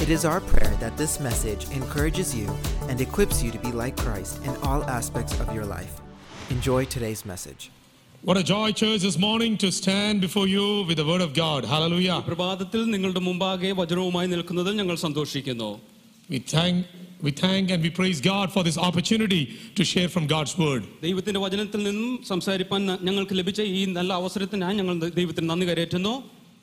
It is our prayer that this message encourages you and equips you to be like Christ in all aspects of your life. Enjoy today's message. What a joy, church, this morning to stand before you with the word of God. Hallelujah. പ്രഭാതത്തിൽ നിങ്ങളുടെ മുമ്പാകെ വചനവുമായി നിൽക്കുന്നതിൽ ഞങ്ങൾ സന്തോഷിക്കുന്നു We thank, we thank and we praise God for this opportunity to share from God's word. ദൈവത്തിന്റെ വചനത്തിൽ നിന്നും സംസാരിപ്പാൻ ന- ഞങ്ങൾക്ക് ലഭിച്ച ഈ നല്ല അവസരത്തിനായി ഞങ്ങൾ ദ- ദൈവത്തിന് നന്ദി കരയറ്റുന്നു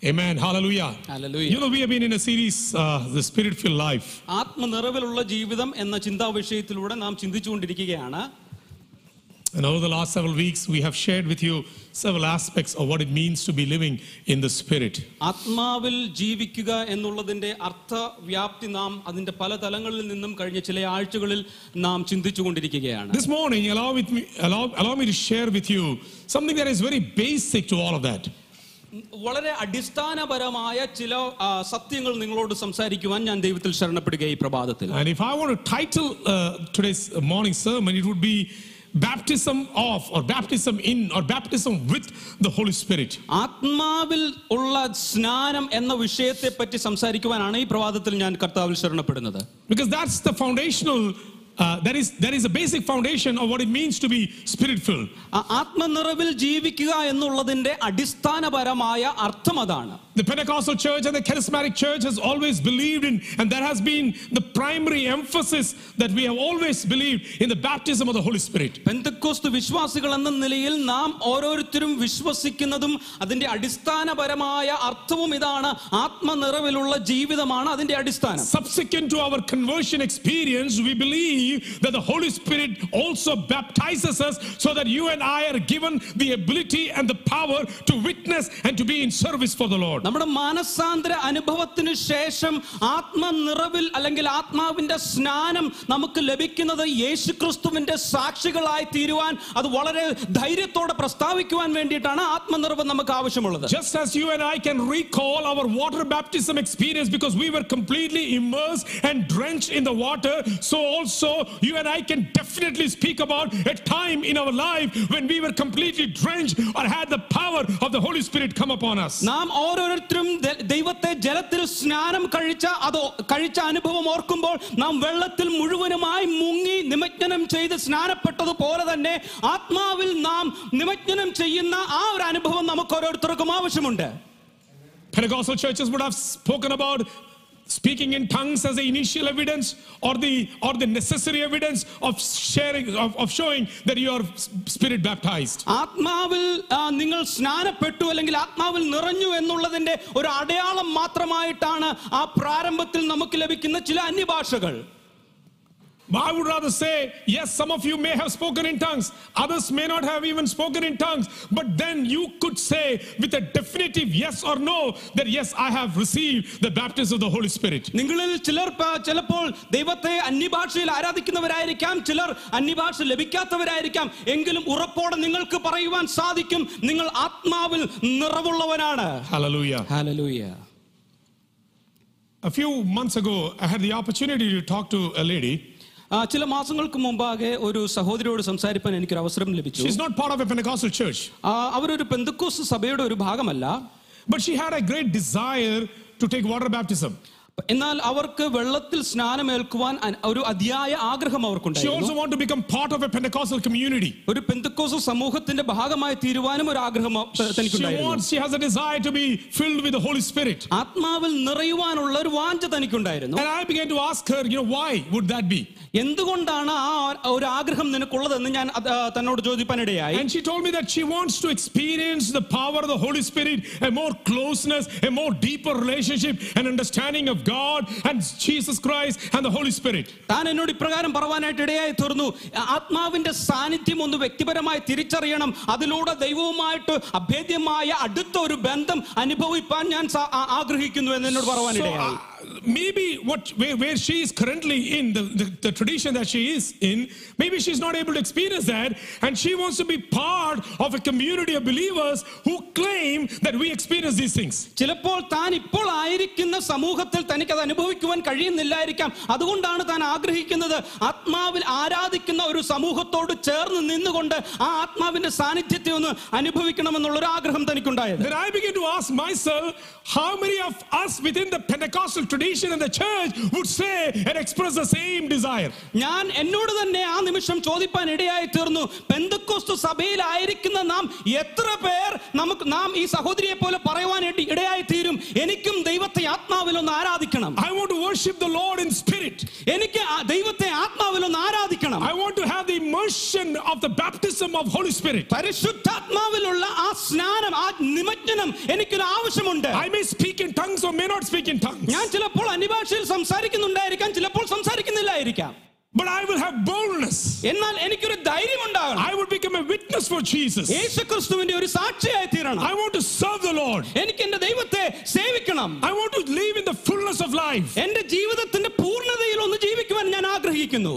Amen. Hallelujah. Hallelujah. You know, we have been in a series, uh, The Spirit Filled Life. ആത്മനിറവിലുള്ള ജീവിതം എന്ന ചിന്താ വിഷയത്തിലൂടെ നാം ചിന്തിച്ചുകൊണ്ടിരിക്കുകയാണ് And over the last several weeks, we have shared with you several aspects of what it means to be living in the Spirit. ആത്മാവിൽ ജീവിക്കുക എന്നുള്ളതിന്റെ അർത്ഥവ്യാപ്തി നാം അതിന്റെ പല തലങ്ങളിൽ നിന്നും കഴിഞ്ഞ ചില ആഴ്ചകളിൽ നാം ചിന്തിച്ചുകൊണ്ടിരിക്കുകയാണ് This morning, allow, with me, allow, allow me to share with you something that is very basic to all of that. വളരെ അടിസ്ഥാനപരമായ ചില ആ, സത്യങ്ങൾ നിങ്ങളോട് സംസാരിക്കുവാൻ ഞാൻ ദൈവത്തിൽ ശരണപ്പെടുക ഈ പ്രഭാതത്തിൽ And if I want to title uh, today's morning sermon, it would be Baptism of, or Baptism in, or Baptism with the Holy Spirit. ആത്മാവിൽ ഉള്ള സ്നാനം എന്ന വിഷയത്തെ പറ്റി സംസാരിക്കുവാനാണ് ഈ പ്രഭാതത്തിൽ ഞാൻ കർത്താവിൽ ശരണപ്പെടുന്നത് Because that's the foundational, uh, that, is, that is a basic foundation of what it means to be spirit filled. ആ- ആത്മനിറവിൽ ജീവിക്കുക എന്നുള്ളതിന്റെ അടിസ്ഥാനപരമായ അർത്ഥം അതാണ് The Pentecostal church and the charismatic church has always believed in, and that has been the primary emphasis that we have always believed in the baptism of the Holy Spirit. Pentecost വിശ്വാസികൾ എന്ന നിലയിൽ നാം ഓരോരുത്തരും വിശ്വസിക്കുന്നതും അതിന്റെ അടിസ്ഥാനപരമായ അർത്ഥവും ഇതാണ് ആത്മനിറവിലുള്ള ജീവിതമാണ് അതിന്റെ അടിസ്ഥാനം Subsequent to our conversion experience, we believe that the Holy Spirit also baptizes us so that you and I are given the ability and the power to witness and to be in service for the Lord. നമ്മുടെ മാനസാന്തര അനുഭവത്തിന് ശേഷം ആത്മനിറവിൽ അല്ലെങ്കിൽ ആത്മാവിന്റെ സ്നാനം നമുക്ക് ലഭിക്കുന്നത് യേശുക്രിസ്തുവിന്റെ സാക്ഷികളായി തീരുവാൻ അത് വളരെ ധൈര്യത്തോടെ പ്രസ്താവിക്കുവാൻ വേണ്ടിയിട്ടാണ് ആത്മനിറവ് നമുക്ക് ആവശ്യമുള്ളത് Just as you and I can recall our water baptism experience because we were completely immersed and drenched in the water, so also you and I can definitely speak about a time in our life when we were completely drenched or had the power of the Holy Spirit come upon us. നാം ഓരോരുത്തരും the- ദൈവത്തെ ജലത്തിൽ സ്നാനം കഴിച്ച അത് കഴിച്ച അനുഭവം ഓർക്കുമ്പോൾ നാം വെള്ളത്തിൽ മുഴുവനുമായി മുങ്ങി നിമജ്ജനം ചെയ്ത് സ്നാനപ്പെട്ടതുപോലെ തന്നെ ആത്മാവിൽ നാം നിമജ്ജനം ചെയ്യുന്ന ആ ഒരു അനുഭവം നമുക്ക് ഓരോരുത്തർക്കും ആവശ്യമുണ്ട് Pentecostal churches would have spoken about speaking in tongues as the initial evidence or the or the necessary evidence of sharing of, of showing that you are spirit baptized ആത്മാവിൽ ആ, നിങ്ങൾ സ്നാനപ്പെട്ടു അല്ലെങ്കിൽ ആത്മാവിൽ നിറഞ്ഞു എന്നുള്ളതിന്റെ ഒരു അടയാളം മാത്രമായിട്ടാണ് ആ പ്രാരംഭത്തിൽ നമുക്ക് ലഭിക്കുന്ന ചില അന്യഭാഷകൾ but i would rather say yes some of you may have spoken in tongues others may not have even spoken in tongues but then you could say with a definitive yes or no that yes i have received the baptism of the holy spirit നിങ്ങളിൽ ചിലർ പ- ചിലപ്പോൾ ദൈവത്തെ അന്യഭാഷയിൽ ആരാധിക്കുന്നവരായിരിക്കാം ചിലർ അന്യഭാഷ ലഭിക്കാത്തവരായിരിക്കാം എങ്കിലും ഉറപ്പോടെ നിങ്ങൾക്ക് പറയുവാൻ സാധിക്കും നിങ്ങൾ ആത്മാവിൽ നിറവുള്ളവനാണ് hallelujah a few months ago i had the opportunity to talk to a lady ആ, ചില മാസങ്ങൾക്ക് മുമ്പാകെ ഒരു സഹോദരിയോട് സംസാരിക്കാൻ എനിക്കൊരു അവസരം ലഭിച്ചു she's not part of a pentecostal church ആ, അവരൊരു പെന്തക്കോസ് സഭയുടെ ഒരു ഭാഗമല്ല But she had a great desire to take water baptism. എന്നാൽ അവർക്ക് വെള്ളത്തിൽ സ്നാനമേൽക്കുവാൻ അന- ഒരു അതിയായ ആഗ്രഹം She also അവർക്കുണ്ടായിരുന്നു wanted to become part of a Pentecostal community. ഒരു പെന്തക്കോസ് സമൂഹത്തിന്റെ ഭാഗമായി തീരുവാനും ഒരു ആഗ്രഹം അവ- ത- She തനിക്കുണ്ടായിരുന്നു wants, she has a desire to be filled with the Holy Spirit. ആത്മാവിൽ നിറയുവാനുള്ള ഒരു വാഞ്ച തനിക്കുണ്ടായിരുന്നു And I began to ask her, you know, why would that be? എന്തുകൊണ്ടാണ് ആ ഒരു ആഗ്രഹം നിനക്കുള്ളതെന്ന് ഞാൻ അത്, ആ, തന്നോട് ചോദിപ്പാനിടയായി And she told me that she wants to experience the power of the Holy Spirit, a more closeness, a more deeper relationship and understanding of God and Jesus Christ and the Holy Spirit. താൻ എന്നോട് ഇപ്രകാരം പറവാനായിട്ട് ഇടയായി തീർന്നു ആത്മാവിന്റെ സാന്നിധ്യം ഒന്ന് വ്യക്തിപരമായി തിരിച്ചറിയണം അതിലൂടെ ദൈവവുമായിട്ട് അഭേദ്യമായ അടുത്ത ഒരു ബന്ധം അനുഭവിപ്പാൻ ഞാൻ സ- ആ- ആഗ്രഹിക്കുന്നു എന്ന് എന്നോട് So, പറവാനിടയായി uh, maybe what where, where she is currently in the, the, the tradition that she is in maybe she's not able to experience that and she wants to be part of a community of believers who claim that we experience these things ചിലപ്പോൾ താൻ ഇപ്പോൾ ആയിരിക്കുന്ന സമൂഹത്തിൽ തനിക്ക് അത് അനുഭവിക്കുവാൻ കഴിയുന്നില്ലായിരിക്കാം അതുകൊണ്ടാണ് താൻ ആഗ്രഹിക്കുന്നത് ആത്മാവിൽ ആരാധിക്കുന്ന ഒരു സമൂഹത്തോട് ചേർന്ന് നിന്നുകൊണ്ട് ആ ആത്മാവിന്റെ സാന്നിധ്യത്തെ ഒന്ന് അനുഭവിക്കണമെന്നുള്ള ഒരു ആഗ്രഹം തനിക്കുണ്ടായത് then i begin to ask myself how many of us within the pentecostal tradition and the church would say and express the same desire ഞാൻ എന്നോട് തന്നെ ആ നിമിഷം ചോദിപ്പാൻ ഇടയായി തീർന്നു പെന്തക്കോസ്തു സഭയിലായിരിക്കുന്ന നാം എത്ര പേർ നമുക്ക് നാം ഈ സഹോദരിയെ പോലെ പറയുവാൻ ഇട- ഇടയായി തീരും എനിക്കും ദൈവത്തെ ആത്മാവിൽ ഒന്ന് ആരാധിക്കണം i want to worship the lord in spirit എനിക്ക് ആ ദൈവത്തെ ആത്മാവിൽ ഒന്ന് ആരാധിക്കണം i want to have the immersion of the baptism of holy spirit പരിശുദ്ധാത്മാവിലുള്ള ആ സ്നാനം ആ നിമജ്ജനം എനിക്കൊരു ആവശ്യമുണ്ട് i may speak in tongues or may not speak in tongues ഞാൻ ചിലപ്പോൾ അന്യഭാഷയിൽ സംസാരിക്കുന്നുണ്ടായിരിക്കാം ചിലപ്പോൾ സംസാരിക്കുന്നില്ലായിരിക്കാം But I will have boldness. എന്നാൽ എനിക്കൊരു ധൈര്യം ഉണ്ടാകണം I will become a witness for Jesus. യേശുക്രിസ്തുവിന്റെ ഒരു സാക്ഷിയായി തീരണം I want to serve the Lord. എനിക്ക് എന്റെ ദൈവത്തെ സേവിക്കണം I want to live in the fullness of life. എന്റെ ജീവിതത്തിന്റെ പൂർണ്ണതയിൽ ഒന്ന് ജീവിക്കുവാൻ ഞാൻ ആഗ്രഹിക്കുന്നു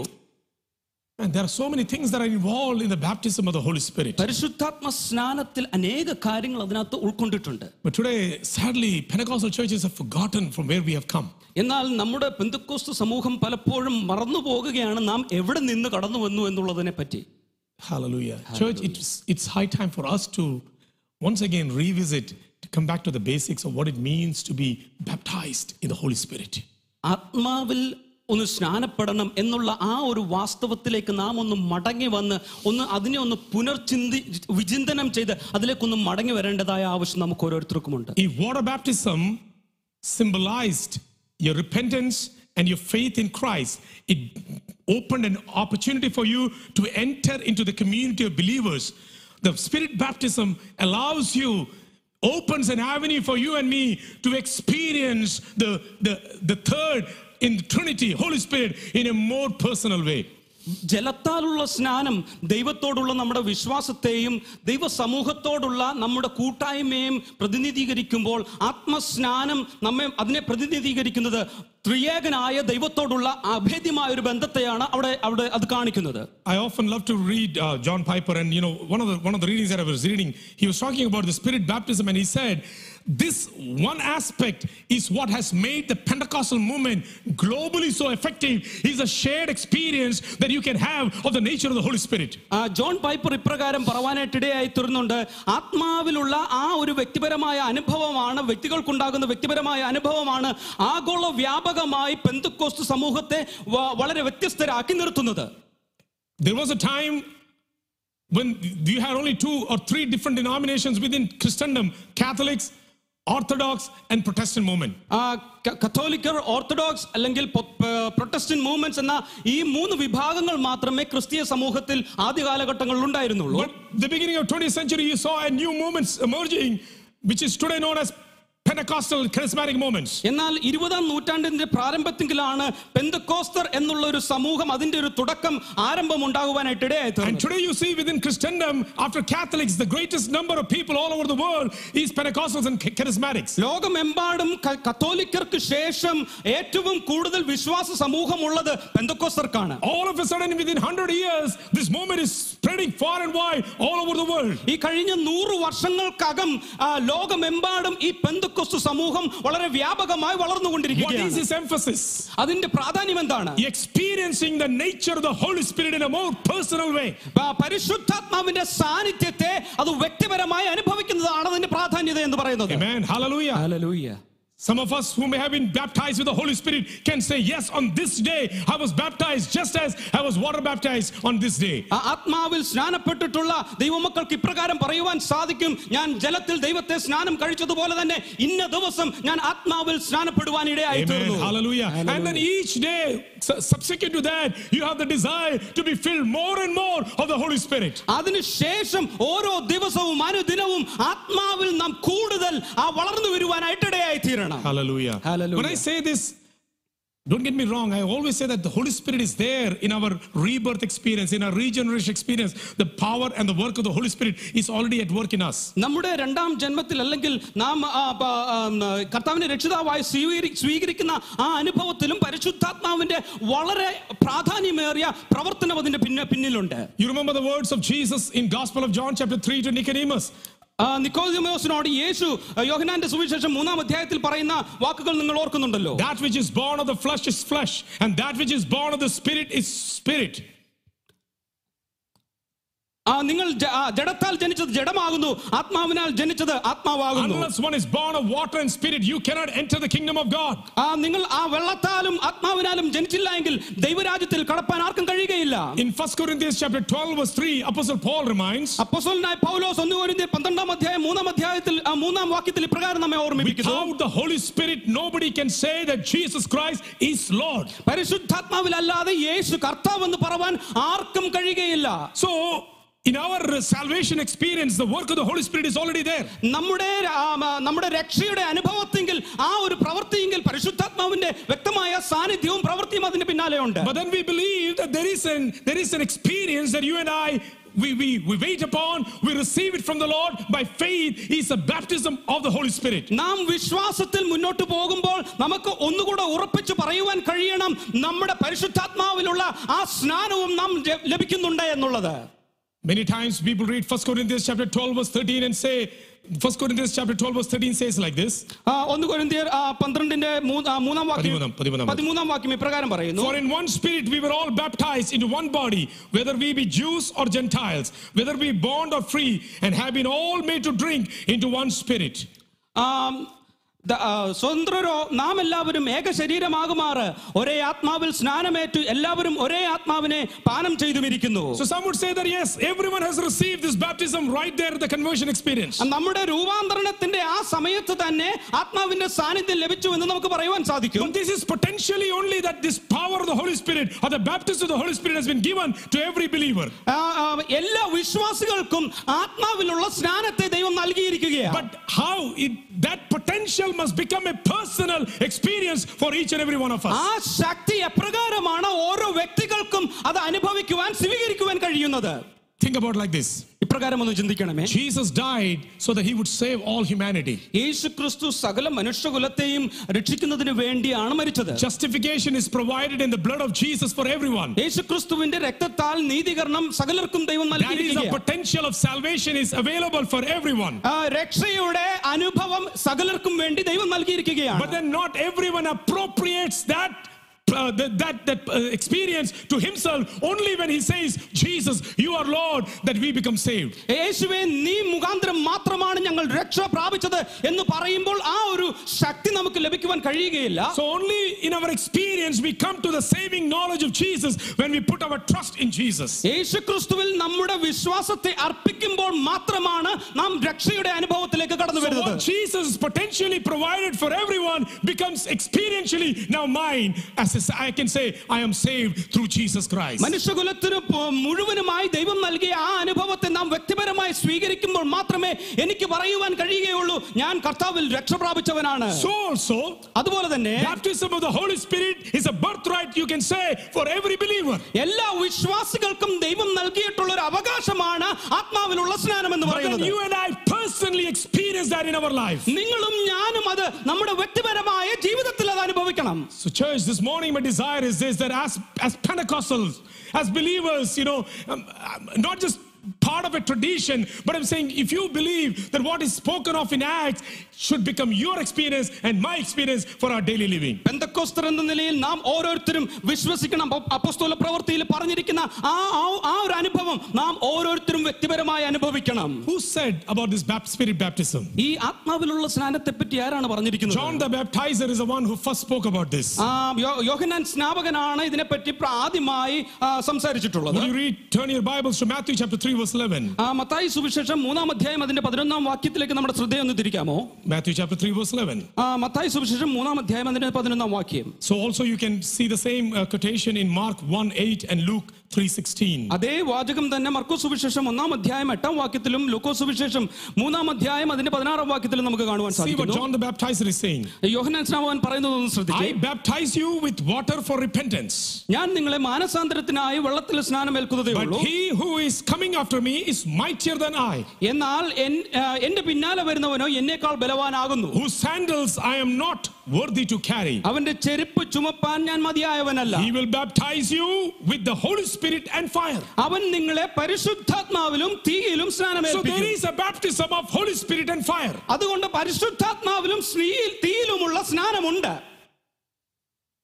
And there are so many things that are involved in the baptism of the Holy Spirit. പരിശുദ്ധാത്മ സ്നാനത്തിൽ അനേക കാര്യങ്ങൾ അതിനകത്ത് ഉൾക്കൊണ്ടിട്ടുണ്ട് But today, sadly, Pentecostal churches have forgotten from where we have come. എന്നാൽ നമ്മുടെ പെന്തുക്കോസ്തു സമൂഹം പലപ്പോഴും മറന്നു പോകുകയാണ് നാം എവിടെ നിന്ന് കടന്നു വന്നു എന്നുള്ളതിനെ പറ്റി Hallelujah. Church, it's, it's high time for us to once again revisit, to come back to the basics of what it means to be baptized in the Holy Spirit. ആത്മാവിൽ ഒന്ന് സ്നാനപ്പെടണം എന്നുള്ള ആ ഒരു വാസ്തവത്തിലേക്ക് നാം ഒന്ന് മടങ്ങി വന്ന് ഒന്ന് അതിനെ ഒന്ന് പുനർചിന്തി വിചിന്തനം ചെയ്ത് അതിലേക്കൊന്ന് മടങ്ങി വരേണ്ടതായ ആവശ്യം നമുക്ക് ഓരോരുത്തർക്കുമുണ്ട് If water baptism symbolized your repentance and your faith in Christ, it opened an opportunity for you to enter into the community of believers. The spirit baptism allows you, opens an avenue for you and me to experience the, the, the third in the Trinity, Holy Spirit, in a more personal way. ജലത്താലുള്ള സ്നാനം ദൈവത്തോടുള്ള നമ്മുടെ വിശ്വാസത്തെയും ദൈവ സമൂഹത്തോടുള്ള നമ്മുടെ കൂട്ടായ്മയും പ്രതിനിധീകരിക്കുമ്പോൾ ആത്മസ്നാനം നമ്മെ അതിനെ പ്രതിനിധീകരിക്കുന്നത് ത്രിയേകനായ ദൈവത്തോടുള്ള അഭേദ്യമായ ഒരു ബന്ധത്തെയാണ് അവിടെ അവിടെ അത് കാണിക്കുന്നത് I often love to read uh, John Piper, and you know, one of the one of the readings that I was reading, he was talking about the Spirit baptism, and he said, "This one aspect is what has made the Pentecostal movement globally so effective. Is a shared experience that you can have of the nature of the Holy Spirit." ആ, John Piper ഇപ്രകാരം പറവാനായിട്ട് ഇടയായി തീർന്നുണ്ട് ആത്മാവിലുള്ള ആ ഒരു വ്യക്തിപരമായ അനുഭവമാണ് വ്യക്തികൾക്കുണ്ടാകുന്ന വ്യക്തിപരമായ അനുഭവമാണ് ആഗോള വ്യാപകമായി പെന്തുക്കോസ്റ്റ് സമൂഹത്തെ വ- വളരെ വ്യത്യസ്തരാക്കി നിർത്തുന്നത് There was a time when you had only two or three different denominations within Christendom: Catholics, Orthodox, and Protestant movement. ആ, ക- കത്തോലിക്കർ ഓർത്തഡോക്സ് അല്ലെങ്കിൽ പൊ- പ- പ്രൊട്ടസ്റ്റന്റ് മൂവ്മെന്റ്സ് എന്ന ഈ മൂന്ന് വിഭാഗങ്ങൾ മാത്രമേ ക്രിസ്തീയ സമൂഹത്തിൽ ആദ്യ കാലഘട്ടങ്ങളിൽ ഉണ്ടായിരുന്നുള്ളൂ But the beginning of 20th century, you saw a new movements emerging, which is today known as Pentecostal charismatic movements. എന്നാൽ ഇരുപതാം നൂറ്റാണ്ടിന്റെ പ്രാരംഭത്തിലാണ് പെന്തക്കോസ്തർ എന്നുള്ള ഒരു സമൂഹം അതിന്റെ ഒരു തുടക്കം ആരംഭം ഉണ്ടാകുവാനായിട്ട് ഇടയായി തീർന്നത്. And today you see within Christendom, after Catholics, the greatest number of people all over the world is Pentecostals and ch- charismatics. ലോകമെമ്പാടും ക- കത്തോലിക്കർക്ക് ശേഷം ഏറ്റവും കൂടുതൽ വിശ്വാസ സമൂഹമുള്ളത് പെന്തക്കോസ്തർക്കാണ് All of a sudden, within 100 years, this movement is spreading far and wide all over the world. ഈ കഴിഞ്ഞ നൂറ് വർഷങ്ങൾക്കകം ആ, ലോകമെമ്പാടും ഈ പെന്തക്കോസ്തു സമൂഹം വളരെ വ്യാപകമായി What is വളർന്നുകൊണ്ടിരിക്കുകയാണ് this emphasis? അതിന്റെ പ്രാധാന്യം എന്താണ് Experiencing the nature of the Holy Spirit in a more personal way. പ- പരിശുദ്ധാത്മാവിന്റെ സാന്നിധ്യത്തെ അത് വ്യക്തിപരമായി അനുഭവിക്കുന്നതാണ് അതിന്റെ പ്രാധാന്യത എന്ന് പറയുന്നത് Amen. Hallelujah. Hallelujah. Some of us who may have been baptized with the Holy Spirit can say, Yes, on this day I was baptized just as I was water baptized on this day. ആ ആത്മാവിൽ സ്നാനപ്പെട്ടിട്ടുള്ള ദൈവമക്കൾക്ക് ഇപ്രകാരം പറയുവാൻ സാധിക്കും ഞാൻ ജലത്തിൽ ദൈവത്തെ സ്നാനം കഴിച്ചതുപോലെ തന്നെ ഇന്ന ദിവസം ഞാൻ ആത്മാവിൽ സ്നാനപ്പെടുവാൻ ഇടയായി Amen. തീർന്നു. Hallelujah. And then each day, su- subsequent to that, you have the desire to be filled more and more of the Holy Spirit. അതിനുശേഷം ഓരോ ദിവസവും അനുദിനവും ആത്മാവിൽ നാം കൂടുതൽ ആ വളർന്നു വരുവാനായിട്ട് ഇടയായി തീരണം Hallelujah. Hallelujah. When I say this, Don't get me wrong, I always say that the Holy Spirit is there in our rebirth experience, in our regeneration experience. The power and the work of the Holy Spirit is already at work in us. നമ്മുടെ രണ്ടാം ജന്മത്തിൽ അല്ലെങ്കിൽ നാം ആ, പ- ആ, ഉം, കർത്താവിനെ രക്ഷിതാവായി സ്വീകരി സ്വീകരിക്കുന്ന ആ അനുഭവത്തിലും പരിശുദ്ധാത്മാവിന്റെ വളരെ പ്രാധാന്യമേറിയ പ്രവർത്തനം അതിന്റെ പിന്നെ പിന്നിലുണ്ട് You remember the words of Jesus in Gospel of John chapter 3 to Nicodemus. ആ, നിക്കോദിമോസിനോട് യേശു ആ, യോഹന്നാന്റെ സുവിശേഷം മൂന്നാം അധ്യായത്തിൽ പറയുന്ന വാക്കുകൾ നിങ്ങൾ ഓർക്കുന്നുണ്ടല്ലോ That which is born of the flesh is flesh, and that which is born of the spirit is spirit. ആ, നിങ്ങൾ ജ- ആ, ജഡത്താൽ ജനിച്ചത് ജഡമാകുന്നു ആത്മാവിനാൽ ജനിച്ചത് ആത്മാവാകുന്നു Unless one is born of water and spirit, you cannot enter the kingdom of God. ആ നിങ്ങൾ ആ വെള്ളത്താലും ആത്മാവിനാലും ജനിച്ചില്ല എങ്കിൽ ദൈവരാജ്യത്തിൽ കടപ്പാൻ ആർക്കും കഴിയുകയില്ല In 1 Corinthians chapter 12, verse 3, Apostle Paul reminds അപ്പോസ്തലനായ പൗലോസ് ഒന്ന് കോരിന്ത്യർ പന്ത്രണ്ടാം അധ്യായം മൂന്നാം അധ്യായത്തിൽ ആ, മൂന്നാം വാക്യത്തിൽ ഇപ്രകാരം നമ്മെ ഓർമ്മിപ്പിക്കുന്നു Without the Holy Spirit, nobody can say that Jesus Christ is Lord. പരിശുദ്ധാത്മാവിലല്ലാതെ യേശു കർത്താവ് എന്ന് പറവാൻ ആർക്കും കഴിയുകയില്ല So, in our salvation experience, the work of the Holy Spirit is already there. നമ്മുടെ ര- ആ, ആ, നമ്മുടെ രക്ഷയുടെ അനുഭവത്തെങ്കിൽ ആ ഒരു പ്രവൃത്തിയെങ്കിൽ പരിശുദ്ധാത്മാവിന്റെ വ്യക്തമായ സാന്നിധ്യവും പ്രവൃത്തിയും അതിന്റെ പിന്നാലെ ഉണ്ട് But then we believe that there is an there is an experience that you and I we, we, we wait upon, we receive it from the Lord by faith is the baptism of the Holy Spirit. നാം വിശ്വാസത്തിൽ മുന്നോട്ട് പോകുമ്പോൾ നമുക്ക് ഒന്നുകൂടെ ഉറപ്പിച്ചു പറയുവാൻ കഴിയണം നമ്മുടെ പരിശുദ്ധാത്മാവിലുള്ള ആ സ്നാനവും നാം ലഭ- ലഭിക്കുന്നുണ്ട് എന്നുള്ളത് Many times people read 1 Corinthians chapter 12, verse 13 and say, 1 Corinthians chapter 12, verse 13 says like this. ആ, ഒന്ന് കൊരിന്തിയർ ആ, പന്ത്രണ്ടിന്റെ മൂ- ആ, മൂന്നാം വാക്യം പതിമൂന്നാം- പതിമൂന്നാം വാക്യം. പതിമൂന്നാം വാക്യം ഇപ്രകാരം പറയുന്നു For in one spirit we were all baptized into one body, whether we be Jews or Gentiles, whether we bond or free, and have been all made to drink into one spirit. ആം, ദ- ആ, സ്വതന്ത്രരോ നാം എല്ലാവരും ഏക ശരീരമാകുമാറ് ഒരേ ആത്മാവിൽ സ്നാനമേറ്റു എല്ലാവരും ഒരേ ആത്മാവിനെ പാനം ചെയ്തുമിരിക്കുന്നു So some would say that yes, everyone has received this baptism right there at the conversion experience. നമ്മുടെ രൂപാന്തരണത്തിന്റെ ആ സമയത്ത് തന്നെ ആത്മാവിന്റെ സാന്നിധ്യം ലഭിച്ചു എന്ന് നമുക്ക് പറയുവാൻ സാധിക്കും But this is potentially only that this power of the Holy Spirit or the baptism of the Holy Spirit has been given to every believer. ആ, ആ, എല്ലാ വിശ്വാസികൾക്കും ആത്മാവിലുള്ള സ്നാനത്തെ ദൈവം നൽകിയിരിക്കുകയാണ് But how it, that potential must become a personal experience for each and every one of ആ us. ശക്തി എപ്രകാരമാണ് ഓരോ വ്യക്തികൾക്കും അത് അനുഭവിക്കുവാൻ സ്വീകരിക്കുവാൻ കഴിയുന്നത് Think about like this ഇപ്രകാരം ഒന്ന് ചിന്തിക്കണമേ Jesus died so that he would save all humanity. യേശു ക്രിസ്തു സകല മനുഷ്യകുലത്തെയും രക്ഷിക്കുന്നതിന് വേണ്ടിയാണ് മരിച്ചത് Justification is provided in the blood of Jesus for everyone. യേശു ക്രിസ്തുവിന്റെ രക്തത്താൽ നീതീകരണം സകലർക്കും ദൈവം That is the നൽകിയിരിക്കുകയാണ് potential of salvation is available for everyone. ആ, രക്ഷയുടെ അനുഭവം സകലർക്കും വേണ്ടി ദൈവം നൽകിയിരിക്കുകയാണ് But then not everyone appropriates that uh, that that, that uh, experience to himself only when he says, "Jesus, you are Lord," that we become saved. യേശുവെ നീ മുഖാന്തരം മാത്രമാണ് ഞങ്ങൾ രക്ഷ പ്രാപിച്ചത് എന്ന് പറയുമ്പോൾ ആ ഒരു ശക്തി നമുക്ക് ലഭിക്കുവാൻ കഴിയുകയില്ല So only in our experience we come to the saving knowledge of Jesus when we put our trust in Jesus. യേശു ക്രിസ്തുവിൽ നമ്മുടെ വിശ്വാസത്തെ അർപ്പിക്കുമ്പോൾ മാത്രമാണ് നാം രക്ഷയുടെ അനുഭവത്തിലേക്ക് കടന്നു So what വരുന്നത് Jesus potentially provided for everyone becomes experientially now mine. As is- I can say, I am saved through Jesus Christ. മനുഷ്യകുലത്തിന് പോ- മുഴുവനുമായി ദൈവം നൽകിയ ആ അനുഭവത്തെ നാം വ്യക്തിപരമായി സ്വീകരിക്കുമ്പോൾ മാത്രമേ എനിക്ക് പറയുവാൻ കഴിയുകയുള്ളൂ ഞാൻ കർത്താവിൽ രക്ഷ പ്രാപിച്ചവനാണ് So also, അതുപോലെ തന്നെ baptism of the Holy Spirit is a birthright you can say for every believer. എല്ലാ വിശ്വാസികൾക്കും ദൈവം നൽകിയിട്ടുള്ള ഒരു അവകാശമാണ് ആത്മാവിലുള്ള സ്നാനം എന്ന് But then പറയുന്നത് you and I personally experience that in our life. നിങ്ങളും ഞാനും അത് നമ്മുടെ വ്യക്തിപരമായ ജീവിതത്തിൽ അത് അനുഭവിക്കണം So, church, this morning my desire is this that as, as Pentecostals, as believers, you know, um, um, not just part of a tradition, but I'm saying if you believe that what is spoken of in Acts should become your experience and my experience for our daily living. പെന്തക്കോസ്തർ എന്ന നിലയിൽ നാം ഓരോരുത്തരും വിശ്വസിക്കണം അപ്പോ- അപ്പോസ്തല പ്രവൃത്തിയിൽ പറഞ്ഞിരിക്കുന്ന ആ ആ- ആ ഒരു അനുഭവം നാം ഓരോരുത്തരും വ്യക്തിപരമായി അനുഭവിക്കണം Who said about this bap- spirit baptism? ഈ ആത്മാവിലുള്ള സ്നാനത്തെ പറ്റി ആരാണ് John പറഞ്ഞിരിക്കുന്നത് the Baptizer is the one who first spoke about this. ആ, യോ- യോഹന്നാൻ സ്നാപകനാണ് ഇതിനെപ്പറ്റി പ്ര- ആദ്യമായി ആ, സംസാരിച്ചിട്ടുള്ളത് Would you read, turn your Bibles to Matthew chapter 3, verse 11. ആ മത്തായി സുവിശേഷം മൂന്നാം അധ്യായം അതിന്റെ പതിനൊന്നാം വാക്യത്തിലേക്ക് നമ്മുടെ ശ്രദ്ധയെ ഒന്ന് തിരിക്കാമോ Matthew chapter 3, verse 11. ആ മത്തായി സുവിശേഷം മൂന്നാം അധ്യായം അതിന്റെ പതിനൊന്നാം വാക്യം So also you can see the same uh, quotation in Mark 1 8 and Luke 3:16. അതേ വാചകം തന്നെ മർക്കോസ് സുവിശേഷം ഒന്നാം അധ്യായം എട്ടാം വാക്യത്തിലും ലൂക്കോസ് സുവിശേഷം മൂന്നാം അധ്യായം അതിന്റെ പതിനാറാം വാക്യത്തിലും നമുക്ക് കാണുവാൻ See what സാധിക്കുന്നു John the Baptizer is saying. Yohanan സ്നാപകൻ പറയുന്നത് ഒന്ന് I ശ്രദ്ധിക്കുക baptize you with water for repentance. ഞാൻ നിങ്ങളെ മാനസാന്തരത്തിനായി വെള്ളത്തിൽ സ്നാനം ഏൽക്കുന്നതേ But ഉള്ളൂ he who is coming after me is mightier than I, എന്നാൽ എൻ- ആ, എന്റെ പിന്നാലെ വരുന്നവനോ എന്നേക്കാൾ ബലവാനാകുന്നു whose sandals I am not worthy to carry. അവന്റെ ചെരുപ്പ് ചുമപ്പാൻ ഞാൻ മതിയായവനല്ല He will baptize you with the Holy Spirit and fire. അവൻ നിങ്ങളെ പരിശുദ്ധാത്മാവിലും തീയിലും So there സ്നാനമേൽപ്പിക്കും is a baptism of Holy Spirit and fire. അതുകൊണ്ട് പരിശുദ്ധാത്മാവിലും സ്നീ- തീയിലുമുള്ള സ്നാനമുണ്ട്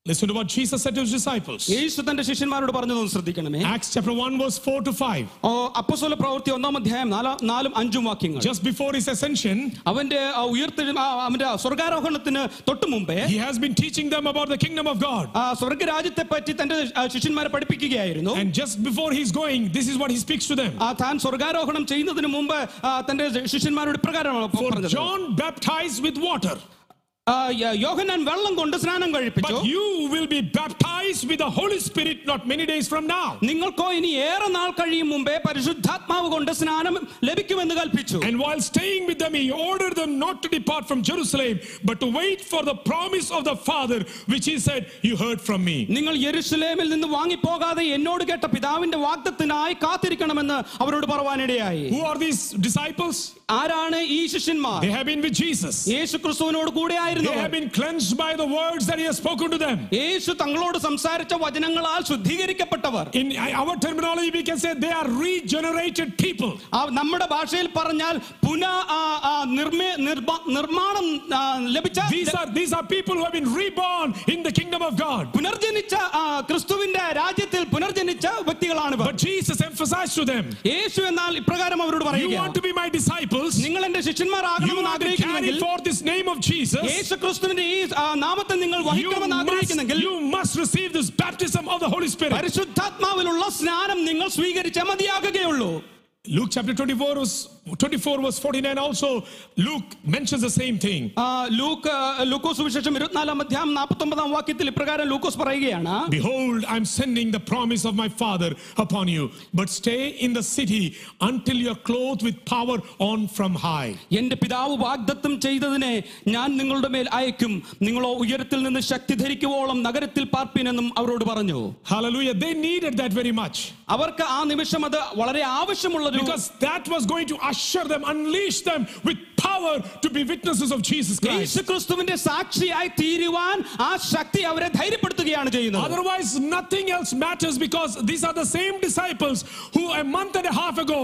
Listen to what Jesus said to his disciples. യേശു തന്റെ ശിഷ്യന്മാരോട് പറഞ്ഞതൊന്ന് ശ്രദ്ധിക്കണമേ Acts chapter 1, verse 4 to 5. ഓ അപ്പസ്വല പ്രവൃത്തി ഒന്നാം അധ്യായം നാലാ- നാലും അഞ്ചും വാക്യങ്ങൾ Just before his ascension, അവന്റെ ആ ഉയർത്തെഴു ആ, അവന്റെ സ്വർഗാരോഹണത്തിന് തൊട്ടു മുമ്പേ he has been teaching them about the kingdom of God. ആ, സ്വർഗരാജ്യത്തെ പറ്റി തന്റെ ആ, ശിഷ്യന്മാരെ പഠിപ്പിക്കുകയായിരുന്നു And just before he's going, this is what he speaks to them. ആ താൻ സ്വർഗാരോഹണം ചെയ്യുന്നതിന് മുമ്പ് ആ, തന്റെ ശിഷ്യന്മാരോട് ഇപ്രകാരമാണ് For പറഞ്ഞത് John baptized with water, ആ, യ- യോഹന്നാൻ വെള്ളം കൊണ്ട് സ്നാനം കഴിപ്പിച്ചു but you will be baptized with the Holy Spirit not many days from now. നിങ്ങൾക്കോ ഇനി ഏറെ നാൾ കഴിയും മുമ്പേ പരിശുദ്ധാത്മാവ് കൊണ്ട് സ്നാനം ലഭിക്കുമെന്ന് കൽപ്പിച്ചു And while staying with them, he ordered them not to depart from Jerusalem, but to wait for the promise of the Father, which he said, You heard from me. നിങ്ങൾ യെരുസലേമിൽ നിന്ന് വാങ്ങിപ്പോകാതെ എന്നോട് കേട്ട പിതാവിന്റെ വാഗ്ദത്തിനായി കാത്തിരിക്കണമെന്ന് അവരോട് പറവാനിടയായി Who are these disciples? Ah. ആരാണ് ഈ ശിഷ്യന്മാർ They have been with Jesus. യേശു ക്രിസ്തുവിനോട് കൂടെ They ആയിരുന്നു have been cleansed by the words that he has spoken to them. യേശു തങ്ങളോട് സംസാരിച്ച വചനങ്ങളാൽ ശുദ്ധീകരിക്കപ്പെട്ടവർ In our terminology, we can say they are regenerated people. ആ നമ്മുടെ ഭാഷയിൽ പറഞ്ഞാൽ പുന ആ, ആ, നിർമ്മേ- നിർമ്മ- നിർമ്മാണം ആ, ലഭിച്ച These are these are people who have been reborn in the kingdom of God. പുനർജനിച്ച ആ, ക്രിസ്തുവിന്റെ രാജ്യത്തിൽ പുനർജനിച്ച വ്യക്തികളാണ് ഇവർ But Jesus emphasized to them, യേശു എന്നാൽ ഇപ്രകാരം അവരോട് "You പറയുക want to be my disciples. നിങ്ങൾ എന്റെ You ശിഷ്യന്മാരാകണമെന്ന് want to carry ആഗ്രഹിക്കുന്നെങ്കിൽ forth this name of Jesus. യേശു ക്രിസ്തുവിന്റെ ഈ ആ, നാമത്തെ നിങ്ങൾ You വഹിക്കണമെന്ന് must, ആഗ്രഹിക്കുന്നെങ്കിൽ you must receive this baptism of the Holy Spirit." പരിശുദ്ധാത്മാവിലുള്ള സ്നാനം നിങ്ങൾ സ്വീകരിച്ചാൽ മതിയാകുകയുള്ളൂ Luke chapter 24 verse 24 verse 49 also Luke mentions the same thing. ആ, ലൂക്ക് ലൂക്കോസ് വിശേഷം ഇരുപത്തിനാലാം അധ്യായം നാൽപ്പത്തൊമ്പതാം വാക്യത്തിൽ ഇപ്രകാരം ലൂക്കോസ് പറയുകയാണ് Behold, I'm sending the promise of my Father upon you, but stay in the city until you're clothed with power on from high. എന്റെ പിതാവ് വാഗ്ദത്തം ചെയ്തതിനെ ഞാൻ നിങ്ങളുടെ മേൽ അയക്കും നിങ്ങളോ ഉയരത്തിൽ നിന്ന് ശക്തി ധരിക്കുവോളം നഗരത്തിൽ പാർപ്പിനെന്നും അവരോട് പറഞ്ഞു Hallelujah. They needed that very much അവർക്ക് ആ നിമിഷം അത് വളരെ ആവശ്യമുള്ള ഒരു because that was going to usher them, unleash them with power to be witnesses of Jesus Christ. യേശു ക്രിസ്തുവിന്റെ സാക്ഷിയായി തീരുവാൻ ആ ശക്തി അവരെ ധൈര്യപ്പെടുത്തുകയാണ് ചെയ്യുന്നത് Otherwise, nothing else matters because these are the same disciples who a month and a half ago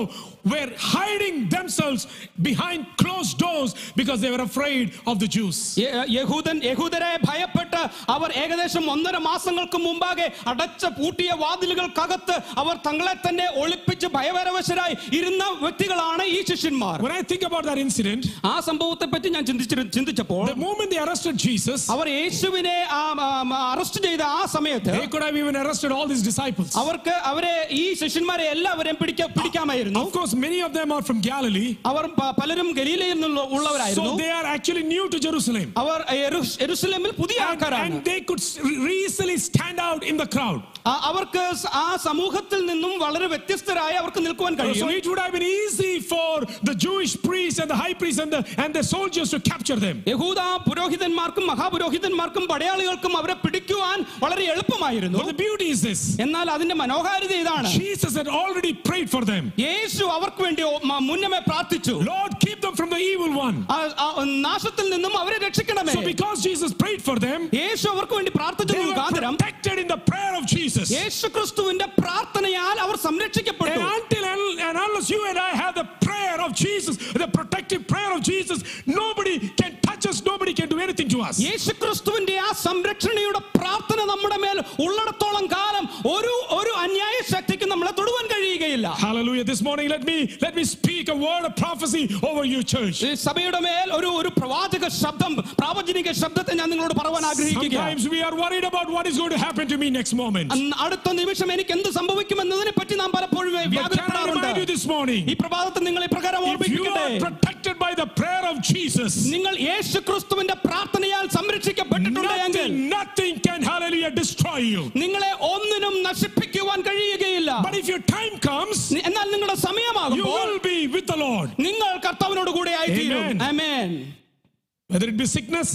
were hiding themselves behind closed doors because they were afraid of the Jews. യ- യഹൂദൻ യഹൂദരെ ഭയപ്പെട്ട് അവർ ഏകദേശം ഒന്നര മാസങ്ങൾക്ക് മുമ്പാകെ അടച്ച പൂട്ടിയ വാതിലുകൾക്കകത്ത് അവർ തങ്ങളെ തന്നെ ഒളിപ്പിച്ച് ഭയപരവശരായി ഇരുന്ന വ്യക്തികളാണ് ഈ ശിഷ്യന്മാർ When I think about that incident, ആ സംഭവത്തെ പറ്റി ഞാൻ ചിന്തിച്ചിരു- ചിന്തിച്ചപ്പോൾ the moment they arrested Jesus, അവർ യേശുവിനെ അറസ്റ്റ് ചെയ്ത ആ സമയത്ത് they could have even arrested all these disciples. Of അവർക്ക് അവരെ ഈ ശിഷ്യന്മാരെ എല്ലാവരെയും പിടിക്ക പിടിക്കാമായിരുന്നു course, many of them are from Galilee, അവർ പ- പലരും ഗലീലയിൽ നിന്നുള്ള ഉള്ളവരായിരുന്നു so they are actually new to Jerusalem. അവർ യെരു- യെരുസലേമിൽ പുതിയ And, ആൾക്കാരാണ് and they could s- re- easily stand out in the crowd. ആ- അവർക്ക് സ- ആ സമൂഹത്തിൽ നിന്നും വളരെ വ്യത്യസ്തരായി അവർക്ക് നിൽക്കുവാൻ So കഴിയും it would have been easy for the Jewish priests and the high priests and the, and the soldiers to capture them. യഹൂദ പുരോഹിതന്മാർക്കും മഹാപുരോഹിതന്മാർക്കും പടയാളികൾക്കും അവരെ പിടിക്കുവാൻ വളരെ എളുപ്പമായിരുന്നു But the beauty is this എന്നാൽ അതിന്റെ മനോഹാരിത ഇതാണ് Jesus had already prayed for them. യേശു അവർക്ക് വേണ്ടി ഒ- മ- മുന്നമേ പ്രാർത്ഥിച്ചു Lord, keep them from the evil one. ആ- ആ നാശത്തിൽ നിന്നും അവരെ രക്ഷിക്കണമേ So because Jesus prayed for them, യേശു അവർക്ക് വേണ്ടി പ്രാർത്ഥിച്ചു they were മുഖാന്തരം protected in the prayer of Jesus. യേശു ക്രിസ്തുവിന്റെ പ്രാർത്ഥനയാൽ അവർ സംരക്ഷിക്കപ്പെട്ടു And until and and unless you and I have the prayer of Jesus, the protective prayer of Jesus, nobody can touch us, nobody can do anything to us. യേശു ക്രിസ്തുവിന്റെ ആ സംരക്ഷണയുടെ പ്രാർത്ഥന നമ്മുടെ മേൽ ഉള്ളിടത്തോളം കാലം ഒരു ഒരു അന്യായ ശക്തിക്ക് നമ്മളെ തൊടുവാൻ കഴിയുകയില്ല Hallelujah. This morning let me let me speak a word of prophecy over you, church. ഈ സഭയുടെ മേൽ ഒരു ഒരു പ്രവാചക ശബ്ദം പ്രാവചനിക ശബ്ദത്തെ ഞാൻ നിങ്ങളോട് പറയാൻ ആഗ്രഹിക്കുകയാണ് Sometimes we are worried about what is going to happen to me next moment. അന്ന് അടുത്ത നിമിഷം എനിക്ക് എന്ത് സംഭവിക്കുമെന്നതിനെ പറ്റി നാം പലപ്പോഴും But can I remind you വ്യാപനപ്പെടാറുണ്ട് this morning? ഈ പ്രഭാതത്തിൽ നിങ്ങൾ ഇപ്രകാരം If you are ഓർമ്മിപ്പിക്കട്ടെ protected by the prayer of Jesus, നിങ്ങൾ യേശു ക്രിസ്തുവിന്റെ പ്രാർത്ഥനയാൽ സംരക്ഷിക്കപ്പെട്ടിട്ടുണ്ടെങ്കിൽ nothing, nothing can hallelujah destroy you. നിങ്ങളെ ഒന്നിനും നശിപ്പിക്കുവാൻ കഴിയുകയില്ല ഉണ്ടാവില്ല But if your time comes, നി- എന്നാൽ നിങ്ങളുടെ you സമയമാകുമ്പോൾ will be with the Lord. നിങ്ങൾ കർത്താവിനോട് കൂടെ Amen. ആയിത്തീരും ആമേൻ Whether it be sickness,